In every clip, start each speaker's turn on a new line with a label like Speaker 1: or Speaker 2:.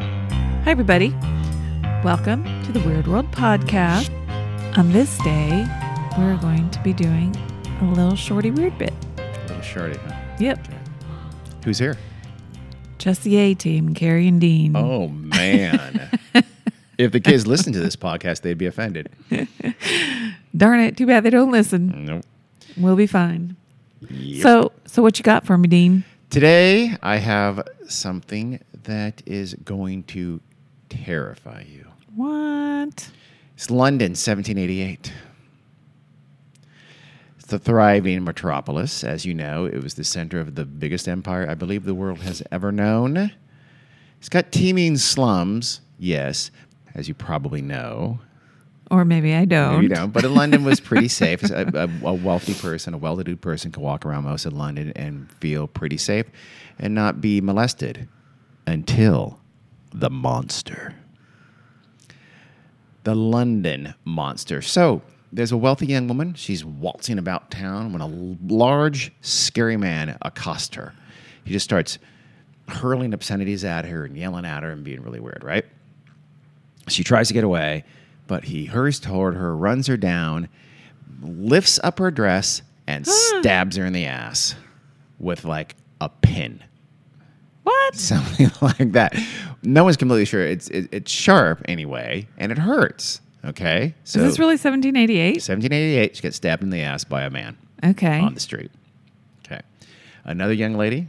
Speaker 1: Hi, everybody. Welcome to the Weird World Podcast. On this day, we're going to be doing a little shorty weird bit.
Speaker 2: Little shorty, huh?
Speaker 1: Yep.
Speaker 2: Who's here?
Speaker 1: Just the A team, Carrie and Dean.
Speaker 2: Oh man. if the kids listened to this podcast, they'd be offended.
Speaker 1: Darn it. Too bad they don't listen.
Speaker 2: Nope.
Speaker 1: We'll be fine.
Speaker 2: Yep.
Speaker 1: So, so what you got for me, Dean?
Speaker 2: Today I have something that is going to terrify you.
Speaker 1: What?
Speaker 2: It's London, 1788. It's the thriving metropolis. As you know, it was the center of the biggest empire I believe the world has ever known. It's got teeming slums, yes, as you probably know.
Speaker 1: Or maybe I don't.
Speaker 2: Maybe you don't, but in London was pretty safe. A, a, a wealthy person, a well-to-do person, can walk around most of London and feel pretty safe, and not be molested until the monster, the London monster. So there's a wealthy young woman. She's waltzing about town when a l- large, scary man accosts her. He just starts hurling obscenities at her and yelling at her and being really weird, right? She tries to get away, but he hurries toward her, runs her down, lifts up her dress, and stabs her in the ass with like a pin,
Speaker 1: What?
Speaker 2: something like that. No one's completely sure. It's it, it's sharp anyway, and it hurts. Okay, so
Speaker 1: Is this really 1788?
Speaker 2: 1788. She gets stabbed in the ass by a man
Speaker 1: Okay.
Speaker 2: on the street. Okay. Another young lady,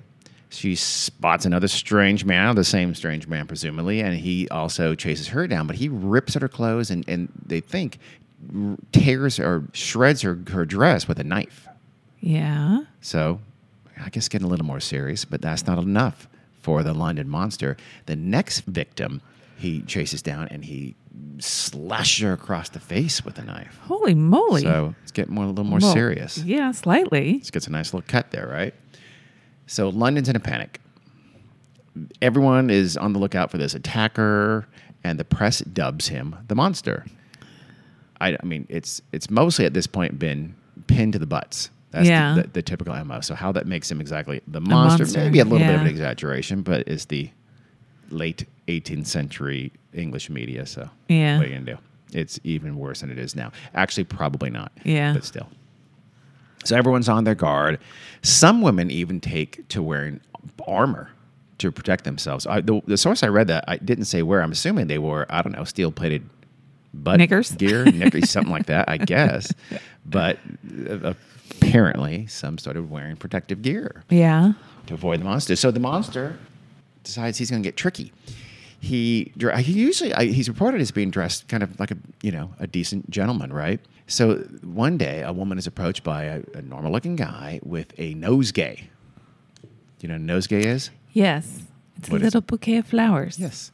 Speaker 2: she spots another strange man, the same strange man, presumably, and he also chases her down, but he rips at her clothes and, and they think r- tears or shreds her, her dress with a knife.
Speaker 1: Yeah.
Speaker 2: So I guess getting a little more serious, but that's not enough for the London monster. The next victim he chases down and he slashes her across the face with a knife.
Speaker 1: Holy moly.
Speaker 2: So it's getting more, a little more
Speaker 1: Well,
Speaker 2: serious.
Speaker 1: Yeah, slightly.
Speaker 2: This gets a nice little cut there, right? So London's in a panic. Everyone is on the lookout for this attacker, and the press dubs him the monster. I, I mean, it's it's mostly at this point been pinned to the butts. That's the-
Speaker 1: Yeah.
Speaker 2: the, the, typical MO. So how that makes him exactly the monster,
Speaker 1: monster,
Speaker 2: maybe a little bit of an
Speaker 1: yeah.
Speaker 2: exaggeration, but it's the late 18th century English media. So
Speaker 1: Yeah.
Speaker 2: what are you gonna do? It's even worse than it is now. Actually, probably not.
Speaker 1: Yeah.
Speaker 2: but still. So everyone's on their guard. Some women even take to wearing armor to protect themselves. I, the, the source I read that I didn't say where. I'm assuming they wore I don't know steel plated butt
Speaker 1: Knickers?
Speaker 2: gear, knickers, something like that. I guess, but uh, apparently some started wearing protective gear
Speaker 1: Yeah.
Speaker 2: to avoid the monster. So the monster decides he's going to get tricky. He, dre- he usually I, he's reported as being dressed kind of like a you know a decent gentleman, right? So one day a woman is approached by a, a normal looking guy with a nosegay. Do You know what a nosegay is?
Speaker 1: Yes. It's
Speaker 2: What
Speaker 1: a
Speaker 2: is
Speaker 1: little bouquet of flowers.
Speaker 2: Yes.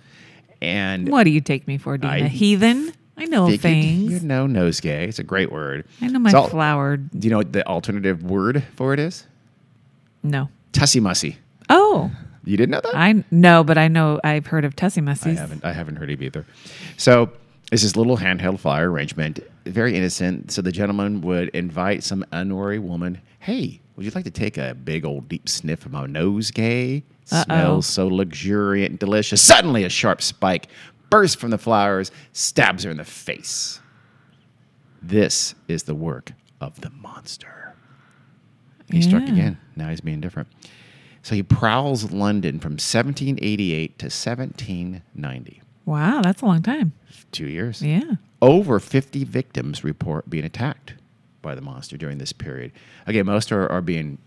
Speaker 2: And
Speaker 1: What do you take me for, Dina?
Speaker 2: I
Speaker 1: A heathen? I know
Speaker 2: figured
Speaker 1: things.
Speaker 2: you know nosegay. It's a great word.
Speaker 1: I know my
Speaker 2: It's all-
Speaker 1: flowered.
Speaker 2: Do you know what the alternative word for it is?
Speaker 1: No.
Speaker 2: Tussy mussy.
Speaker 1: Oh,
Speaker 2: You didn't know that?
Speaker 1: I no, but I know I've heard of Tessie
Speaker 2: I
Speaker 1: Mussies.
Speaker 2: haven't. I haven't heard of either. So it's this little handheld flyer arrangement, very innocent. So the gentleman would invite some unwary woman. Hey, would you like to take a big old deep sniff of my nosegay?
Speaker 1: Uh-oh.
Speaker 2: Smells so luxuriant and delicious. Suddenly, a sharp spike bursts from the flowers, stabs her in the face. This is the work of the monster. He struck
Speaker 1: Yeah.
Speaker 2: again. Now he's being different. So he prowls London from 1788 to 1790.
Speaker 1: Wow, that's a long time.
Speaker 2: Two years.
Speaker 1: Yeah.
Speaker 2: Over 50 victims report being attacked by the monster during this period. Again, most are, are being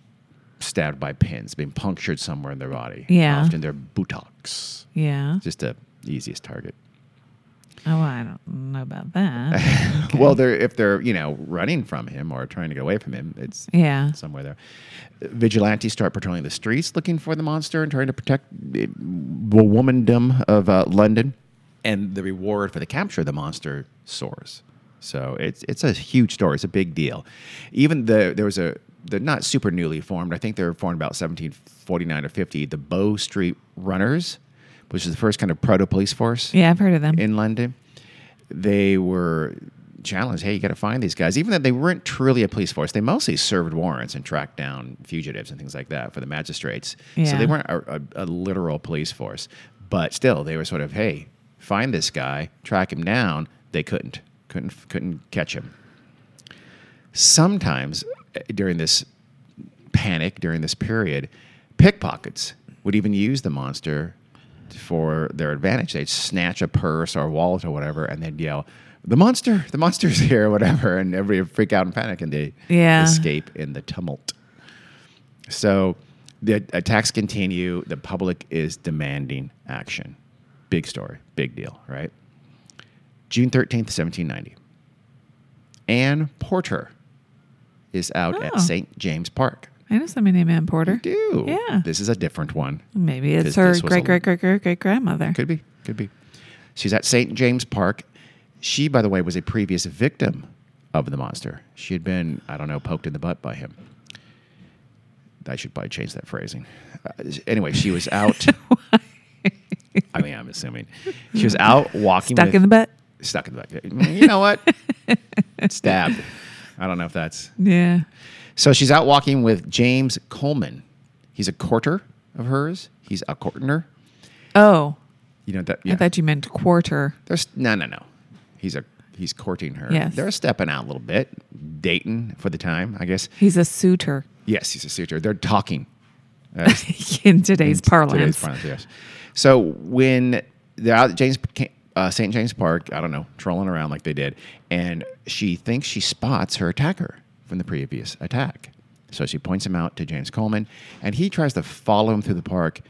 Speaker 2: stabbed by pins, being punctured somewhere in their body.
Speaker 1: Yeah.
Speaker 2: Often their buttocks.
Speaker 1: Yeah.
Speaker 2: Just the easiest target.
Speaker 1: Oh, I don't know about that.
Speaker 2: Well, they're if they're you know running from him or trying to get away from him, it's
Speaker 1: Yeah.
Speaker 2: somewhere there. Vigilantes start patrolling the streets looking for the monster and trying to protect the the womandom of uh, London. And the reward for the capture of the monster soars. So it's it's a huge story. It's a big deal. Even the there was a they're not super newly formed. I think they were formed about 1749 or 50. The Bow Street Runners, which is the first kind of proto police force
Speaker 1: Yeah, I've heard of them.
Speaker 2: in London, they were challenged. Hey, you got to find these guys. Even though they weren't truly a police force, they mostly served warrants and tracked down fugitives and things like that for the magistrates. So
Speaker 1: Yeah.
Speaker 2: they weren't a, a, a literal police force, but still, they were sort of, hey, find this guy, track him down. They couldn't, couldn't, couldn't catch him. Sometimes eh, during this panic, during this period, pickpockets would even use the monster for their advantage. They'd snatch a purse or a wallet or whatever, and they'd yell, "The monster! The monster's here!" whatever, and everybody would freak out and panic, and they
Speaker 1: Yeah.
Speaker 2: escape in the tumult. So the attacks continue. The public is demanding action. Big story, big deal, right? June 13th, 1790. Anne Porter is out
Speaker 1: Oh.
Speaker 2: at St. James Park.
Speaker 1: I know somebody named Ann Porter.
Speaker 2: Do.
Speaker 1: Yeah.
Speaker 2: This is a different one.
Speaker 1: Maybe it's
Speaker 2: 'Cause
Speaker 1: her
Speaker 2: this was a-
Speaker 1: great, great, great, great, great grandmother.
Speaker 2: Could be. Could be. She's at St. James Park. She, by the way, was a previous victim of the monster. She had been, I don't know, poked in the butt by him. I should probably change that phrasing. Uh, anyway, she was out. I mean, I'm assuming she was out walking.
Speaker 1: Stuck
Speaker 2: with-
Speaker 1: in the butt.
Speaker 2: Stuck in the butt. Mm, You know what? Stabbed. I don't know if that's
Speaker 1: Yeah.
Speaker 2: so she's out walking with James Coleman. He's a courter of hers. He's a courtner.
Speaker 1: Oh,
Speaker 2: You know that. Yeah.
Speaker 1: I thought you meant quarter.
Speaker 2: There's no, no, no. He's a he's courting her.
Speaker 1: Yes.
Speaker 2: They're stepping out a little bit, dating for the time, I guess.
Speaker 1: He's a suitor
Speaker 2: Yes, he's a suitor. They're talking. Uh,
Speaker 1: in today's parlance.
Speaker 2: Today's parlance, yes. So when they're out at James uh, St. James Park, I don't know, trolling around like they did, and she thinks she spots her attacker from the previous attack. So she points him out to James Coleman, and he tries to follow him through the park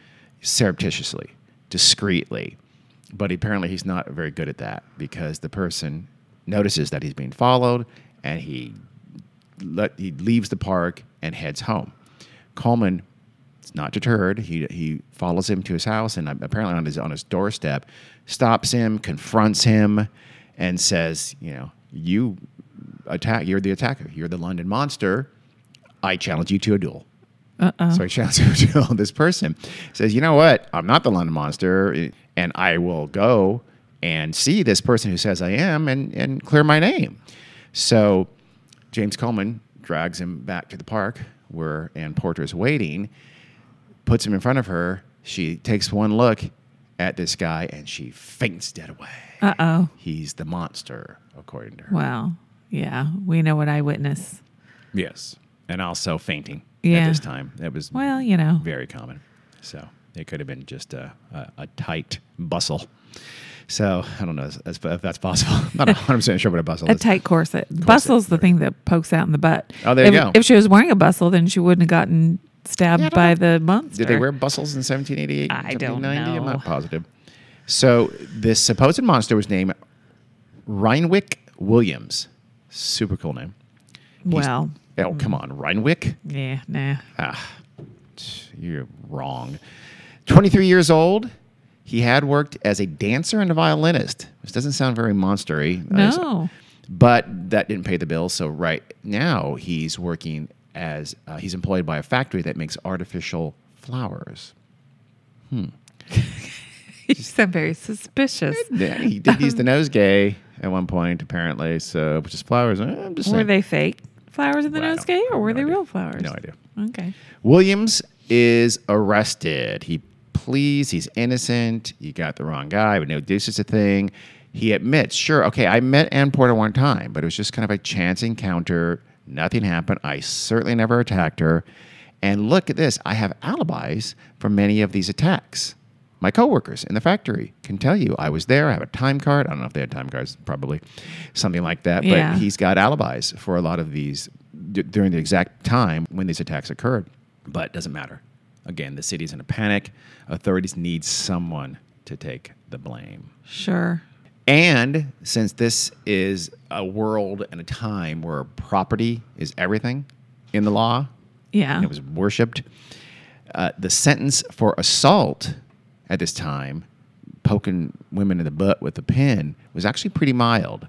Speaker 2: surreptitiously, discreetly. But apparently, he's not very good at that because the person notices that he's being followed, and he let, he leaves the park and heads home. Coleman is not deterred. He, he follows him to his house and apparently on his, on his doorstep stops him, confronts him, and says, You know, you attack, you're the attacker, you're the London monster. I challenge you to a duel. Uh-uh. So he challenges him to a duel. This person says, "You know what? I'm not the London Monster, and I will go and see this person who says I am, and and clear my name." So James Coleman drags him back to the park where Ann Porter is waiting, puts him in front of her. She takes one look at this guy and she faints dead away.
Speaker 1: Uh oh.
Speaker 2: He's the monster, according to her.
Speaker 1: Wow. Yeah. We know what I witness.
Speaker 2: Yes. And also fainting
Speaker 1: Yeah.
Speaker 2: at this time. That was
Speaker 1: Well, you know.
Speaker 2: very common. So it could have been just a, a, a tight bustle. So I don't know if that's, if that's possible. I'm not 100% sure what a bustle
Speaker 1: A
Speaker 2: is.
Speaker 1: tight corset. Bustle's the thing that pokes out in the butt.
Speaker 2: Oh, there
Speaker 1: if,
Speaker 2: you go.
Speaker 1: If she was wearing a bustle, then she wouldn't have gotten stabbed
Speaker 2: Yeah,
Speaker 1: by
Speaker 2: I don't
Speaker 1: the monster.
Speaker 2: Did they wear bustles in 1788?
Speaker 1: I don't
Speaker 2: 1790? I'm
Speaker 1: know.
Speaker 2: not positive. So this supposed monster was named Reinwick Williams. Super cool name. He's-
Speaker 1: Well, hmm.
Speaker 2: Oh, come on. Reinwick?
Speaker 1: yeah, nah.
Speaker 2: Ah, you're wrong. 23 years old. He had worked as a dancer and a violinist, which doesn't sound very monstery.
Speaker 1: No.
Speaker 2: But that didn't pay the bills. So right now he's working as uh, he's employed by a factory that makes artificial flowers.
Speaker 1: you sound very suspicious.
Speaker 2: Yeah, he did use the nosegay at one point, apparently. So which is flowers. Eh, I'm just
Speaker 1: Were
Speaker 2: saying.
Speaker 1: they fake flowers in the
Speaker 2: Well, I don't-
Speaker 1: nosegay
Speaker 2: I
Speaker 1: or
Speaker 2: have
Speaker 1: were
Speaker 2: no
Speaker 1: they
Speaker 2: idea.
Speaker 1: real flowers?
Speaker 2: No idea.
Speaker 1: Okay.
Speaker 2: Williams is arrested. He pleads he's innocent. You got the wrong guy, but no deuce is a thing. He admits, sure, okay, I met Ann Porter one time, but it was just kind of a chance encounter. Nothing happened. I certainly never attacked her. And look at this. I have alibis for many of these attacks. My coworkers in the factory can tell you I was there. I have a time card. I don't know if they had time cards, probably something like that.
Speaker 1: Yeah.
Speaker 2: But he's got alibis for a lot of these d- during the exact time when these attacks occurred. But it doesn't matter. Again, the city's in a panic. Authorities need someone to take the blame.
Speaker 1: Sure.
Speaker 2: And since this is a world and a time where property is everything in the law,
Speaker 1: Yeah.
Speaker 2: it was worshipped. Uh, the sentence for assault at this time, poking women in the butt with a pin, was actually pretty mild.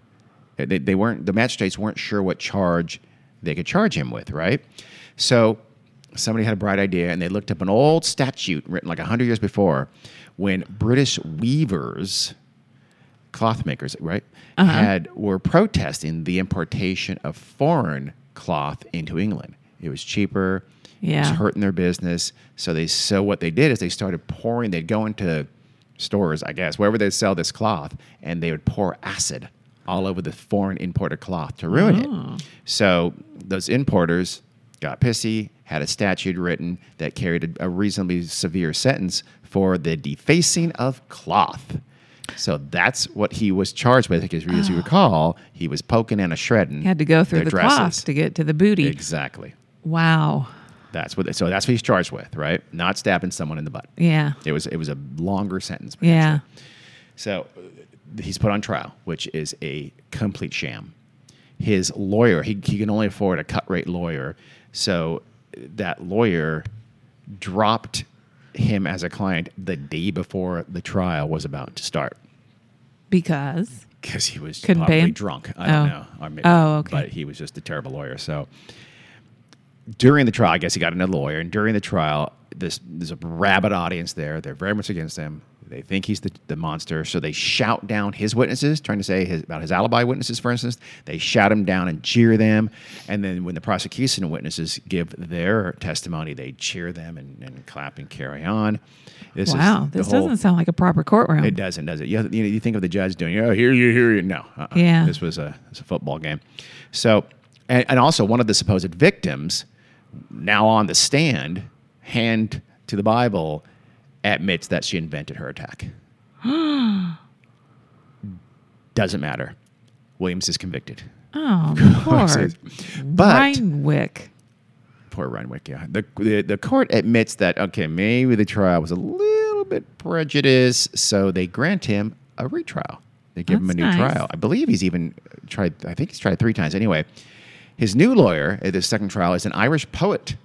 Speaker 2: Uh, They, they weren't the magistrates weren't sure what charge they could charge him with, right? So somebody had a bright idea and they looked up an old statute written like 100 years before when British weavers cloth makers, right, had were protesting the importation of foreign cloth into England. It was cheaper. It
Speaker 1: Yeah.
Speaker 2: was hurting their business. So they so what they did is they started pouring. They'd go into stores, I guess, wherever they sell this cloth, and they would pour acid all over the foreign imported cloth to ruin
Speaker 1: Ah.
Speaker 2: it. So those importers got pissy, had a statute written that carried a, a reasonably severe sentence for the defacing of cloth. So that's what he was charged with, because as you recall, he was poking and a shredding.
Speaker 1: You Ah. had to go through
Speaker 2: their
Speaker 1: the
Speaker 2: dresses.
Speaker 1: cloth to get to the booty.
Speaker 2: Exactly.
Speaker 1: Wow.
Speaker 2: That's what. So that's what he's charged with, right? Not stabbing someone in the butt.
Speaker 1: Yeah.
Speaker 2: It was it was a longer sentence.
Speaker 1: Yeah.
Speaker 2: So uh, he's put on trial, which is a complete sham. His lawyer, he, he can only afford a cut rate lawyer. So uh, that lawyer dropped him as a client the day before the trial was about to start
Speaker 1: Because
Speaker 2: because he was
Speaker 1: Couldn't pay
Speaker 2: probably
Speaker 1: him?
Speaker 2: drunk. I
Speaker 1: Oh.
Speaker 2: don't know. Or maybe,
Speaker 1: Oh, okay.
Speaker 2: But he was just a terrible lawyer. So during the trial, I guess he got another lawyer. And during the trial, this there's a rabid audience there. They're very much against him. They think he's the, the monster. So they shout down his witnesses, trying to say his, about his alibi witnesses, for instance. They shout him down and cheer them. And then when the prosecution witnesses give their testimony, they cheer them and, and clap and carry on. This
Speaker 1: wow,
Speaker 2: is the
Speaker 1: this
Speaker 2: whole-
Speaker 1: doesn't sound like a proper courtroom.
Speaker 2: it doesn't, does it? You, you, know, you think of the judge doing, oh, here you, here you. No. Uh-uh.
Speaker 1: Yeah.
Speaker 2: This was a, it's a football game. So, and, and also one of the supposed victims, now on the stand, hand to the Bible, admits that she invented her attack. doesn't matter. Williams is convicted.
Speaker 1: Oh, poor
Speaker 2: But
Speaker 1: Reinwick.
Speaker 2: poor Reinwick. Yeah, the, the the court admits that okay, maybe the trial was a little bit prejudiced, so they grant him a retrial. They give him a new
Speaker 1: That's nice.
Speaker 2: trial. I believe he's even tried. I think he's tried three times. Anyway, his new lawyer at this second trial is an Irish poet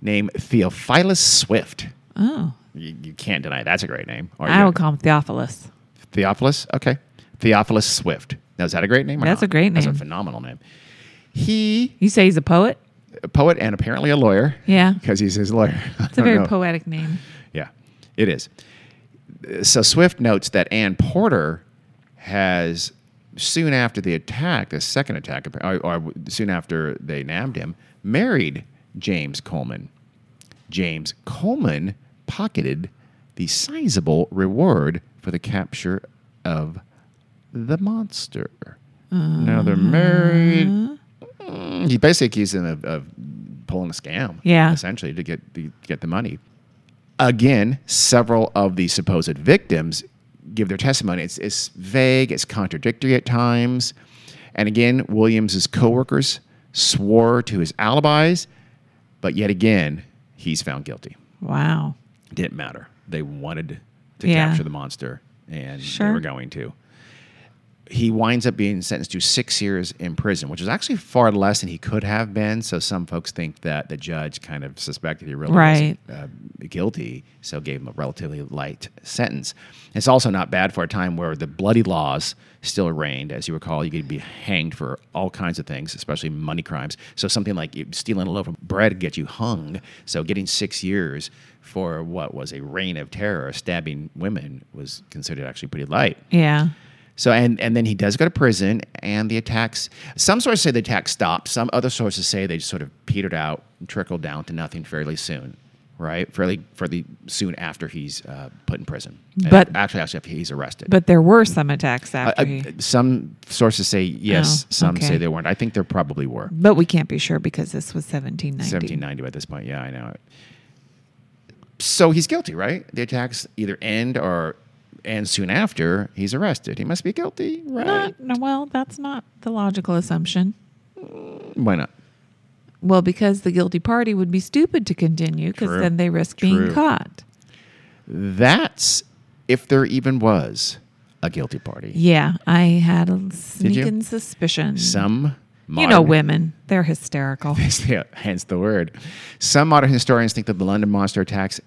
Speaker 2: named Theophilus Swift.
Speaker 1: Oh,
Speaker 2: You, you can't deny that's a great name. Or
Speaker 1: I
Speaker 2: you-
Speaker 1: would call him Theophilus.
Speaker 2: Theophilus. Okay, Theophilus Swift. Now is that a great name? Or
Speaker 1: That's
Speaker 2: not?
Speaker 1: a great
Speaker 2: That's
Speaker 1: name.
Speaker 2: a phenomenal name. He,
Speaker 1: You say he's a poet?
Speaker 2: a poet and apparently a lawyer.
Speaker 1: Yeah.
Speaker 2: because he's his lawyer.
Speaker 1: It's a very poetic name.
Speaker 2: Yeah, it is. So Swift notes that Ann Porter has, soon after the attack, the second attack, or, or soon after they nabbed him, married James Coleman. James Coleman pocketed the sizable reward for the capture of the monster. Now they're married. Mm, He basically accused him of, of pulling a scam,
Speaker 1: Yeah.
Speaker 2: essentially to get the, get the money again, several of the supposed victims give their testimony. It's, it's vague, it's contradictory at times. And again, Williams's coworkers swore to his alibis, but yet again, he's found guilty.
Speaker 1: Wow.
Speaker 2: Didn't matter. They wanted to
Speaker 1: Yeah.
Speaker 2: capture the monster, and
Speaker 1: Sure.
Speaker 2: they were going to. He winds up being sentenced to six years in prison, which is actually far less than he could have been. So some folks think that the judge kind of suspected he really
Speaker 1: Right.
Speaker 2: was uh, guilty, so gave him a relatively light sentence. It's also not bad for a time where the bloody laws still reigned. As you recall, you could be hanged for all kinds of things, especially money crimes. So something like you- stealing a loaf of bread gets you hung. So getting six years for what was a reign of terror, stabbing women, was considered actually pretty light.
Speaker 1: Yeah.
Speaker 2: So and and then he does go to prison, and the attacks. Some sources say the attack stopped. Some other sources say they just sort of petered out and trickled down to nothing fairly soon, right? Fairly fairly soon after he's uh, put in prison. And
Speaker 1: But-
Speaker 2: actually, actually, after he's arrested.
Speaker 1: But there were some attacks
Speaker 2: Uh,
Speaker 1: after
Speaker 2: uh,
Speaker 1: he.
Speaker 2: some sources say yes.
Speaker 1: Oh,
Speaker 2: some
Speaker 1: okay.
Speaker 2: say they weren't. I think there probably were.
Speaker 1: But we can't be sure because this was 1790.
Speaker 2: 1790 by this point. Yeah, I know it. So he's guilty, right? The attacks either end or end soon after he's arrested. He must be guilty, right?
Speaker 1: Not, no, well, that's not the logical assumption.
Speaker 2: Why not?
Speaker 1: Well, because the guilty party would be stupid to continue because
Speaker 2: True.
Speaker 1: then they risk being
Speaker 2: True.
Speaker 1: caught.
Speaker 2: That's if there even was a guilty party.
Speaker 1: Yeah, I had a
Speaker 2: you?
Speaker 1: sneaking suspicion.
Speaker 2: Some
Speaker 1: you know
Speaker 2: modern-
Speaker 1: women, they're hysterical.
Speaker 2: Yeah, hence the word. Some modern historians think that the London monster attacks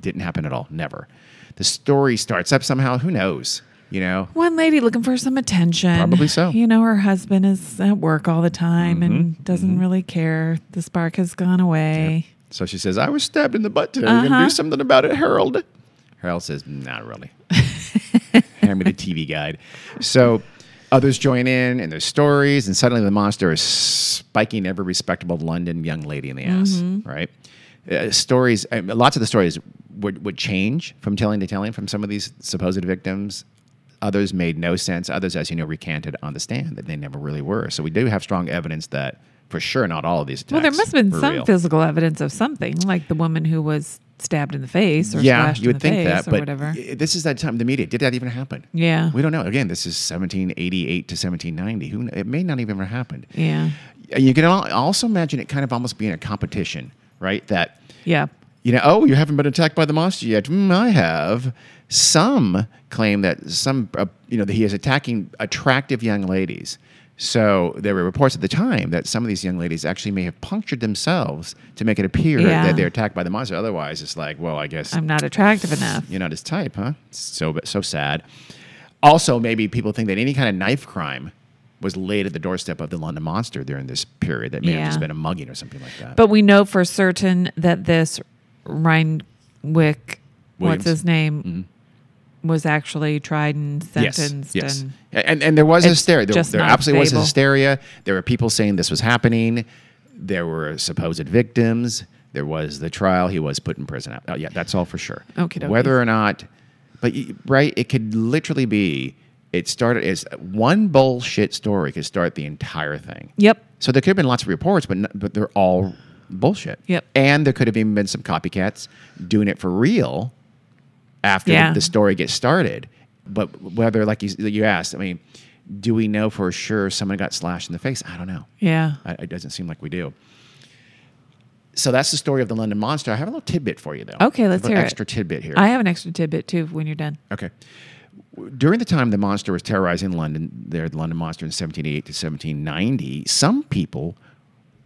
Speaker 2: didn't happen at all. Never. The story starts up somehow. Who knows? You know,
Speaker 1: One lady looking for some attention.
Speaker 2: Probably so. Mm-hmm.
Speaker 1: You know, her husband is at work all the time and doesn't really care. The spark has gone away.
Speaker 2: So she says, I was stabbed in the butt today. You're going
Speaker 1: Uh-huh.
Speaker 2: to do something about it, Harold. Harold says, Not really. Hand me the TV guide. So others join in and there's stories, and suddenly the monster is spiking every
Speaker 1: Mm-hmm.
Speaker 2: respectable London young lady in the ass, right? Uh, stories, uh, lots of the stories would, would change from telling to telling from some of these supposed victims. Others made no sense. Others, as you know, recanted on the stand that they never really were. So we do have strong evidence that for sure not all of these attacks.
Speaker 1: Well, there must have been
Speaker 2: were
Speaker 1: some
Speaker 2: real.
Speaker 1: physical evidence of something, like the woman who was stabbed in the face or
Speaker 2: Yeah,
Speaker 1: slashed
Speaker 2: you
Speaker 1: in
Speaker 2: would
Speaker 1: the
Speaker 2: think
Speaker 1: face
Speaker 2: that,
Speaker 1: or
Speaker 2: but
Speaker 1: whatever.
Speaker 2: i- this is that time. The media did that even happen?
Speaker 1: Yeah.
Speaker 2: We don't know. Again, this is 1788 to 1790. Who kn- it may not even have happened.
Speaker 1: yeah.
Speaker 2: You can al- also imagine it kind of almost being a competition, right? That
Speaker 1: Yeah.
Speaker 2: you know, oh, you haven't been attacked by the monster yet. Mm, I have. Some claim that some, uh, you know, that he is attacking attractive young ladies. So there were reports at the time that some of these young ladies actually may have punctured themselves to make it appear
Speaker 1: Yeah.
Speaker 2: that they're attacked by the monster. Otherwise, it's like, well, I guess
Speaker 1: I'm not attractive enough.
Speaker 2: you're not his type, huh? So so sad. Also, maybe people think that any kind of knife crime was laid at the doorstep of the London Monster during this period. That may
Speaker 1: Yeah.
Speaker 2: have just been a mugging or something like that.
Speaker 1: But we know for certain that this Reinwick, what's
Speaker 2: Williams. Mm-hmm.
Speaker 1: his name, was actually tried and sentenced.
Speaker 2: Yes.
Speaker 1: And
Speaker 2: And, and, there was
Speaker 1: It's
Speaker 2: hysteria. There,
Speaker 1: just
Speaker 2: there
Speaker 1: not
Speaker 2: absolutely
Speaker 1: stable.
Speaker 2: was hysteria. There were people saying this was happening. There were supposed victims. There was the trial. He was put in prison. Oh, yeah, that's all for sure.
Speaker 1: Okie dokie.
Speaker 2: Whether or not, but you- right, it could literally be. It started as one bullshit story could start the entire thing.
Speaker 1: yep,
Speaker 2: So there could have been lots of reports, but, n- but they're all bullshit.
Speaker 1: Yep.
Speaker 2: And there could have even been some copycats doing it for real after
Speaker 1: Yeah.
Speaker 2: the story gets started. But whether, like you, s- you asked, I mean, do we know for sure someone got slashed in the face? I don't know.
Speaker 1: yeah.
Speaker 2: I, it doesn't seem like we do. So that's the story of the London Monster. I have a little tidbit for you, though.
Speaker 1: Okay, let's
Speaker 2: I have an
Speaker 1: hear it.
Speaker 2: extra tidbit here.
Speaker 1: I have an extra tidbit too when you're done.
Speaker 2: Okay. During the time the monster was terrorizing London, there, the London monster in 1788 to 1790, some people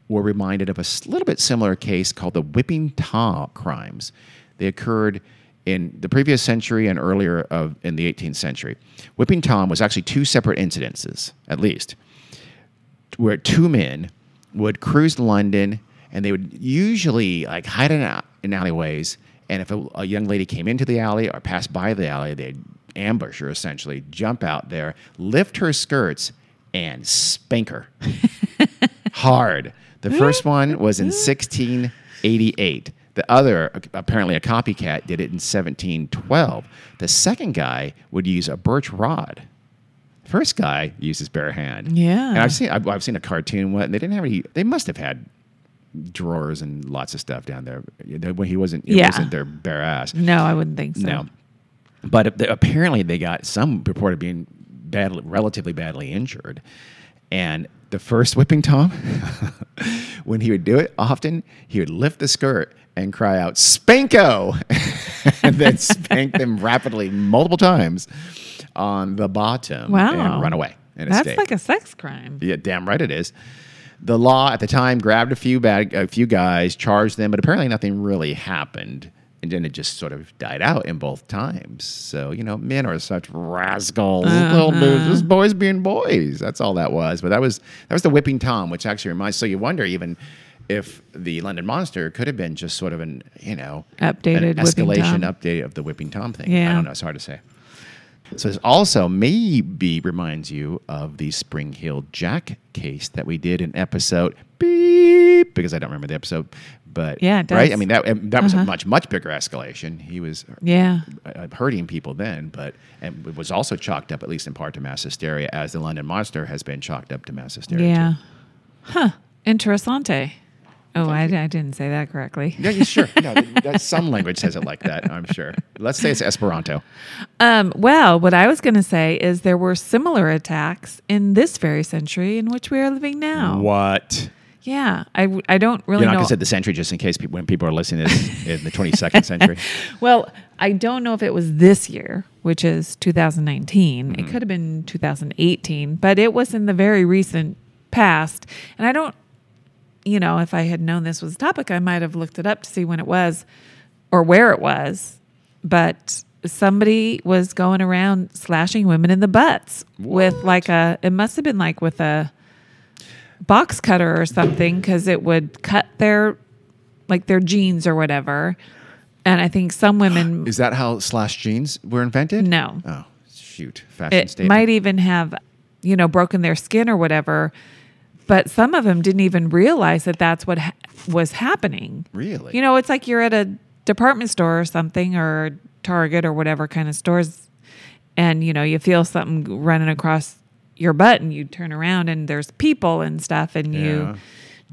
Speaker 2: were reminded of a s- little bit similar case called the Whipping Tar crimes. They occurred in the previous century and earlier of, in the 18th century. Whipping Tom was actually two separate incidences, at least where two men would cruise London and they would usually like hide in, a- in alleyways. And if a, a young lady came into the alley or passed by the alley, they'd ambush her essentially, jump out there, lift her skirts, and spank her hard. The first one was in 1688. The other, a- apparently a copycat, did it in 1712. The second guy would use a birch rod. First guy uses bare hand.
Speaker 1: Yeah.
Speaker 2: and I've seen I've, I've seen a cartoon. What they didn't have any. They must have had drawers and lots of stuff down there. They- When he wasn't, it
Speaker 1: Yeah.
Speaker 2: wasn't their bare ass.
Speaker 1: No, I wouldn't think so.
Speaker 2: No. But ap- apparently, they got some reported being badly, relatively badly injured. And the first whipping Tom, when he would do it, often he would lift the skirt and cry out, Spanko! and then spank them rapidly multiple times on the bottom
Speaker 1: Wow.
Speaker 2: and run away. And
Speaker 1: That's
Speaker 2: escape.
Speaker 1: like a sex crime.
Speaker 2: Yeah, damn right it is. The law at the time grabbed a few bad, a few guys, charged them, but apparently nothing really happened, and then it just sort of died out in both times. So you know, men are such rascals,
Speaker 1: Uh-huh.
Speaker 2: little dudes, just boys being boys. That's all that was. But that was that was the whipping tom, which actually reminds. So you wonder even if the London Monster could have been just sort of an you know
Speaker 1: Updated
Speaker 2: an
Speaker 1: whipping
Speaker 2: escalation
Speaker 1: tom.
Speaker 2: update of the whipping tom thing.
Speaker 1: Yeah.
Speaker 2: I don't know. It's hard to say. So this also maybe reminds you of the Spring Hill Jack case that we did in episode beep because I don't remember the episode, but
Speaker 1: Yeah, it
Speaker 2: right.
Speaker 1: does.
Speaker 2: I mean that that was
Speaker 1: Uh-huh.
Speaker 2: a much much bigger escalation. He was
Speaker 1: Yeah.
Speaker 2: uh, hurting people then, but and it was also chalked up at least in part to mass hysteria, as the London Monster has been chalked up to mass hysteria.
Speaker 1: Yeah.
Speaker 2: too.
Speaker 1: Huh. Interessante. Oh, I, I didn't say that correctly.
Speaker 2: Yeah, yeah, sure. No, that, some language says it like that. I'm sure. Let's say it's Esperanto.
Speaker 1: Um, well, what I was going to say is there were similar attacks in this very century in which we are living now.
Speaker 2: What?
Speaker 1: Yeah, I, w- I don't Oh. really
Speaker 2: You're not
Speaker 1: know.
Speaker 2: gonna say the century just in case people, when people are listening to this in the 22nd century.
Speaker 1: well, I don't know if it was this year, which is 2019.
Speaker 2: Mm-hmm.
Speaker 1: It could have been 2018, but it was in the very recent past. And I don't, you know, if I had known this was a topic, I might have looked it up to see when it was or where it was. But somebody was going around slashing women in the butts with like a, it must have been like with a, box cutter or something because it would cut their like their jeans or whatever. And I think some women
Speaker 2: Is that how slash jeans were invented?
Speaker 1: no.
Speaker 2: Oh, shoot. Fashion
Speaker 1: It
Speaker 2: statement.
Speaker 1: might e- even have, you know, broken their skin or whatever. But some of them didn't even realize that that's what ha- was happening.
Speaker 2: Really?
Speaker 1: You know, it's like you're at a department store or something or Target or whatever kind of stores, and you know you feel something running across your butt, and you turn around and there's people and stuff, and
Speaker 2: Yeah.
Speaker 1: you.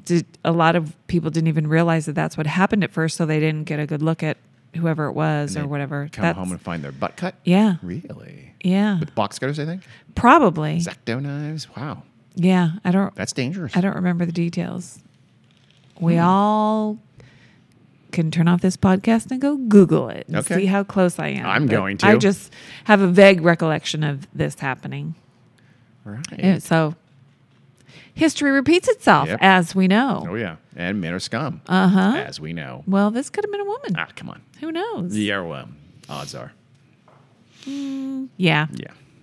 Speaker 1: Did, a lot of people didn't even realize that that's what happened at first, so they didn't get a good look at whoever it was or
Speaker 2: They
Speaker 1: whatever.
Speaker 2: Come
Speaker 1: That's-
Speaker 2: home and find their butt cut.
Speaker 1: yeah,
Speaker 2: Really?
Speaker 1: yeah,
Speaker 2: With box cutters, I think.
Speaker 1: probably.
Speaker 2: Zacto knives. Wow,
Speaker 1: Yeah, I don't.
Speaker 2: that's dangerous.
Speaker 1: I don't remember the details. We
Speaker 2: Hmm.
Speaker 1: all can turn off this podcast and go Google it and
Speaker 2: Okay.
Speaker 1: see how close I am.
Speaker 2: I'm
Speaker 1: But
Speaker 2: going to.
Speaker 1: I just have a vague recollection of this happening.
Speaker 2: right.
Speaker 1: Yeah, So history repeats itself,
Speaker 2: Hmm. Yep.
Speaker 1: as we know.
Speaker 2: Oh yeah, and men are scum,
Speaker 1: Uh huh.
Speaker 2: as we know.
Speaker 1: Well, this could have been a woman.
Speaker 2: Ah, come on.
Speaker 1: Who knows?
Speaker 2: Yeah, well, odds are.
Speaker 1: Yeah.
Speaker 2: Yeah.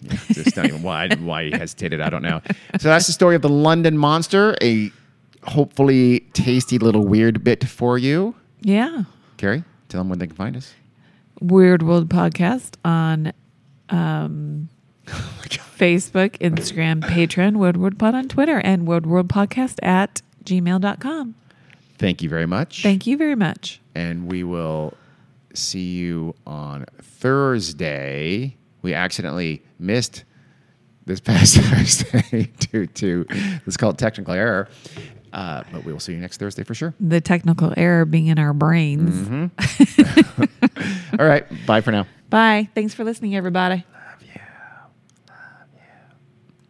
Speaker 2: Yeah, just not even why why he hesitated. I don't know. So that's the story of the London Monster, a hopefully tasty little weird bit for you.
Speaker 1: Yeah.
Speaker 2: Carrie, tell them where they can find us.
Speaker 1: Weird World Podcast on
Speaker 2: Oh my God.
Speaker 1: Facebook, Instagram, Patreon, Weird World Pod on Twitter, and Weird World Podcast at gmail.com.
Speaker 2: Thank you very much.
Speaker 1: Thank you very much.
Speaker 2: and we will see you on Thursday. We accidentally missed this past Thursday due to let's call it technical error. Uh, but we will see you next Thursday for sure.
Speaker 1: the technical error being in our brains.
Speaker 2: All right. Bye for now.
Speaker 1: Bye. Thanks for listening, everybody.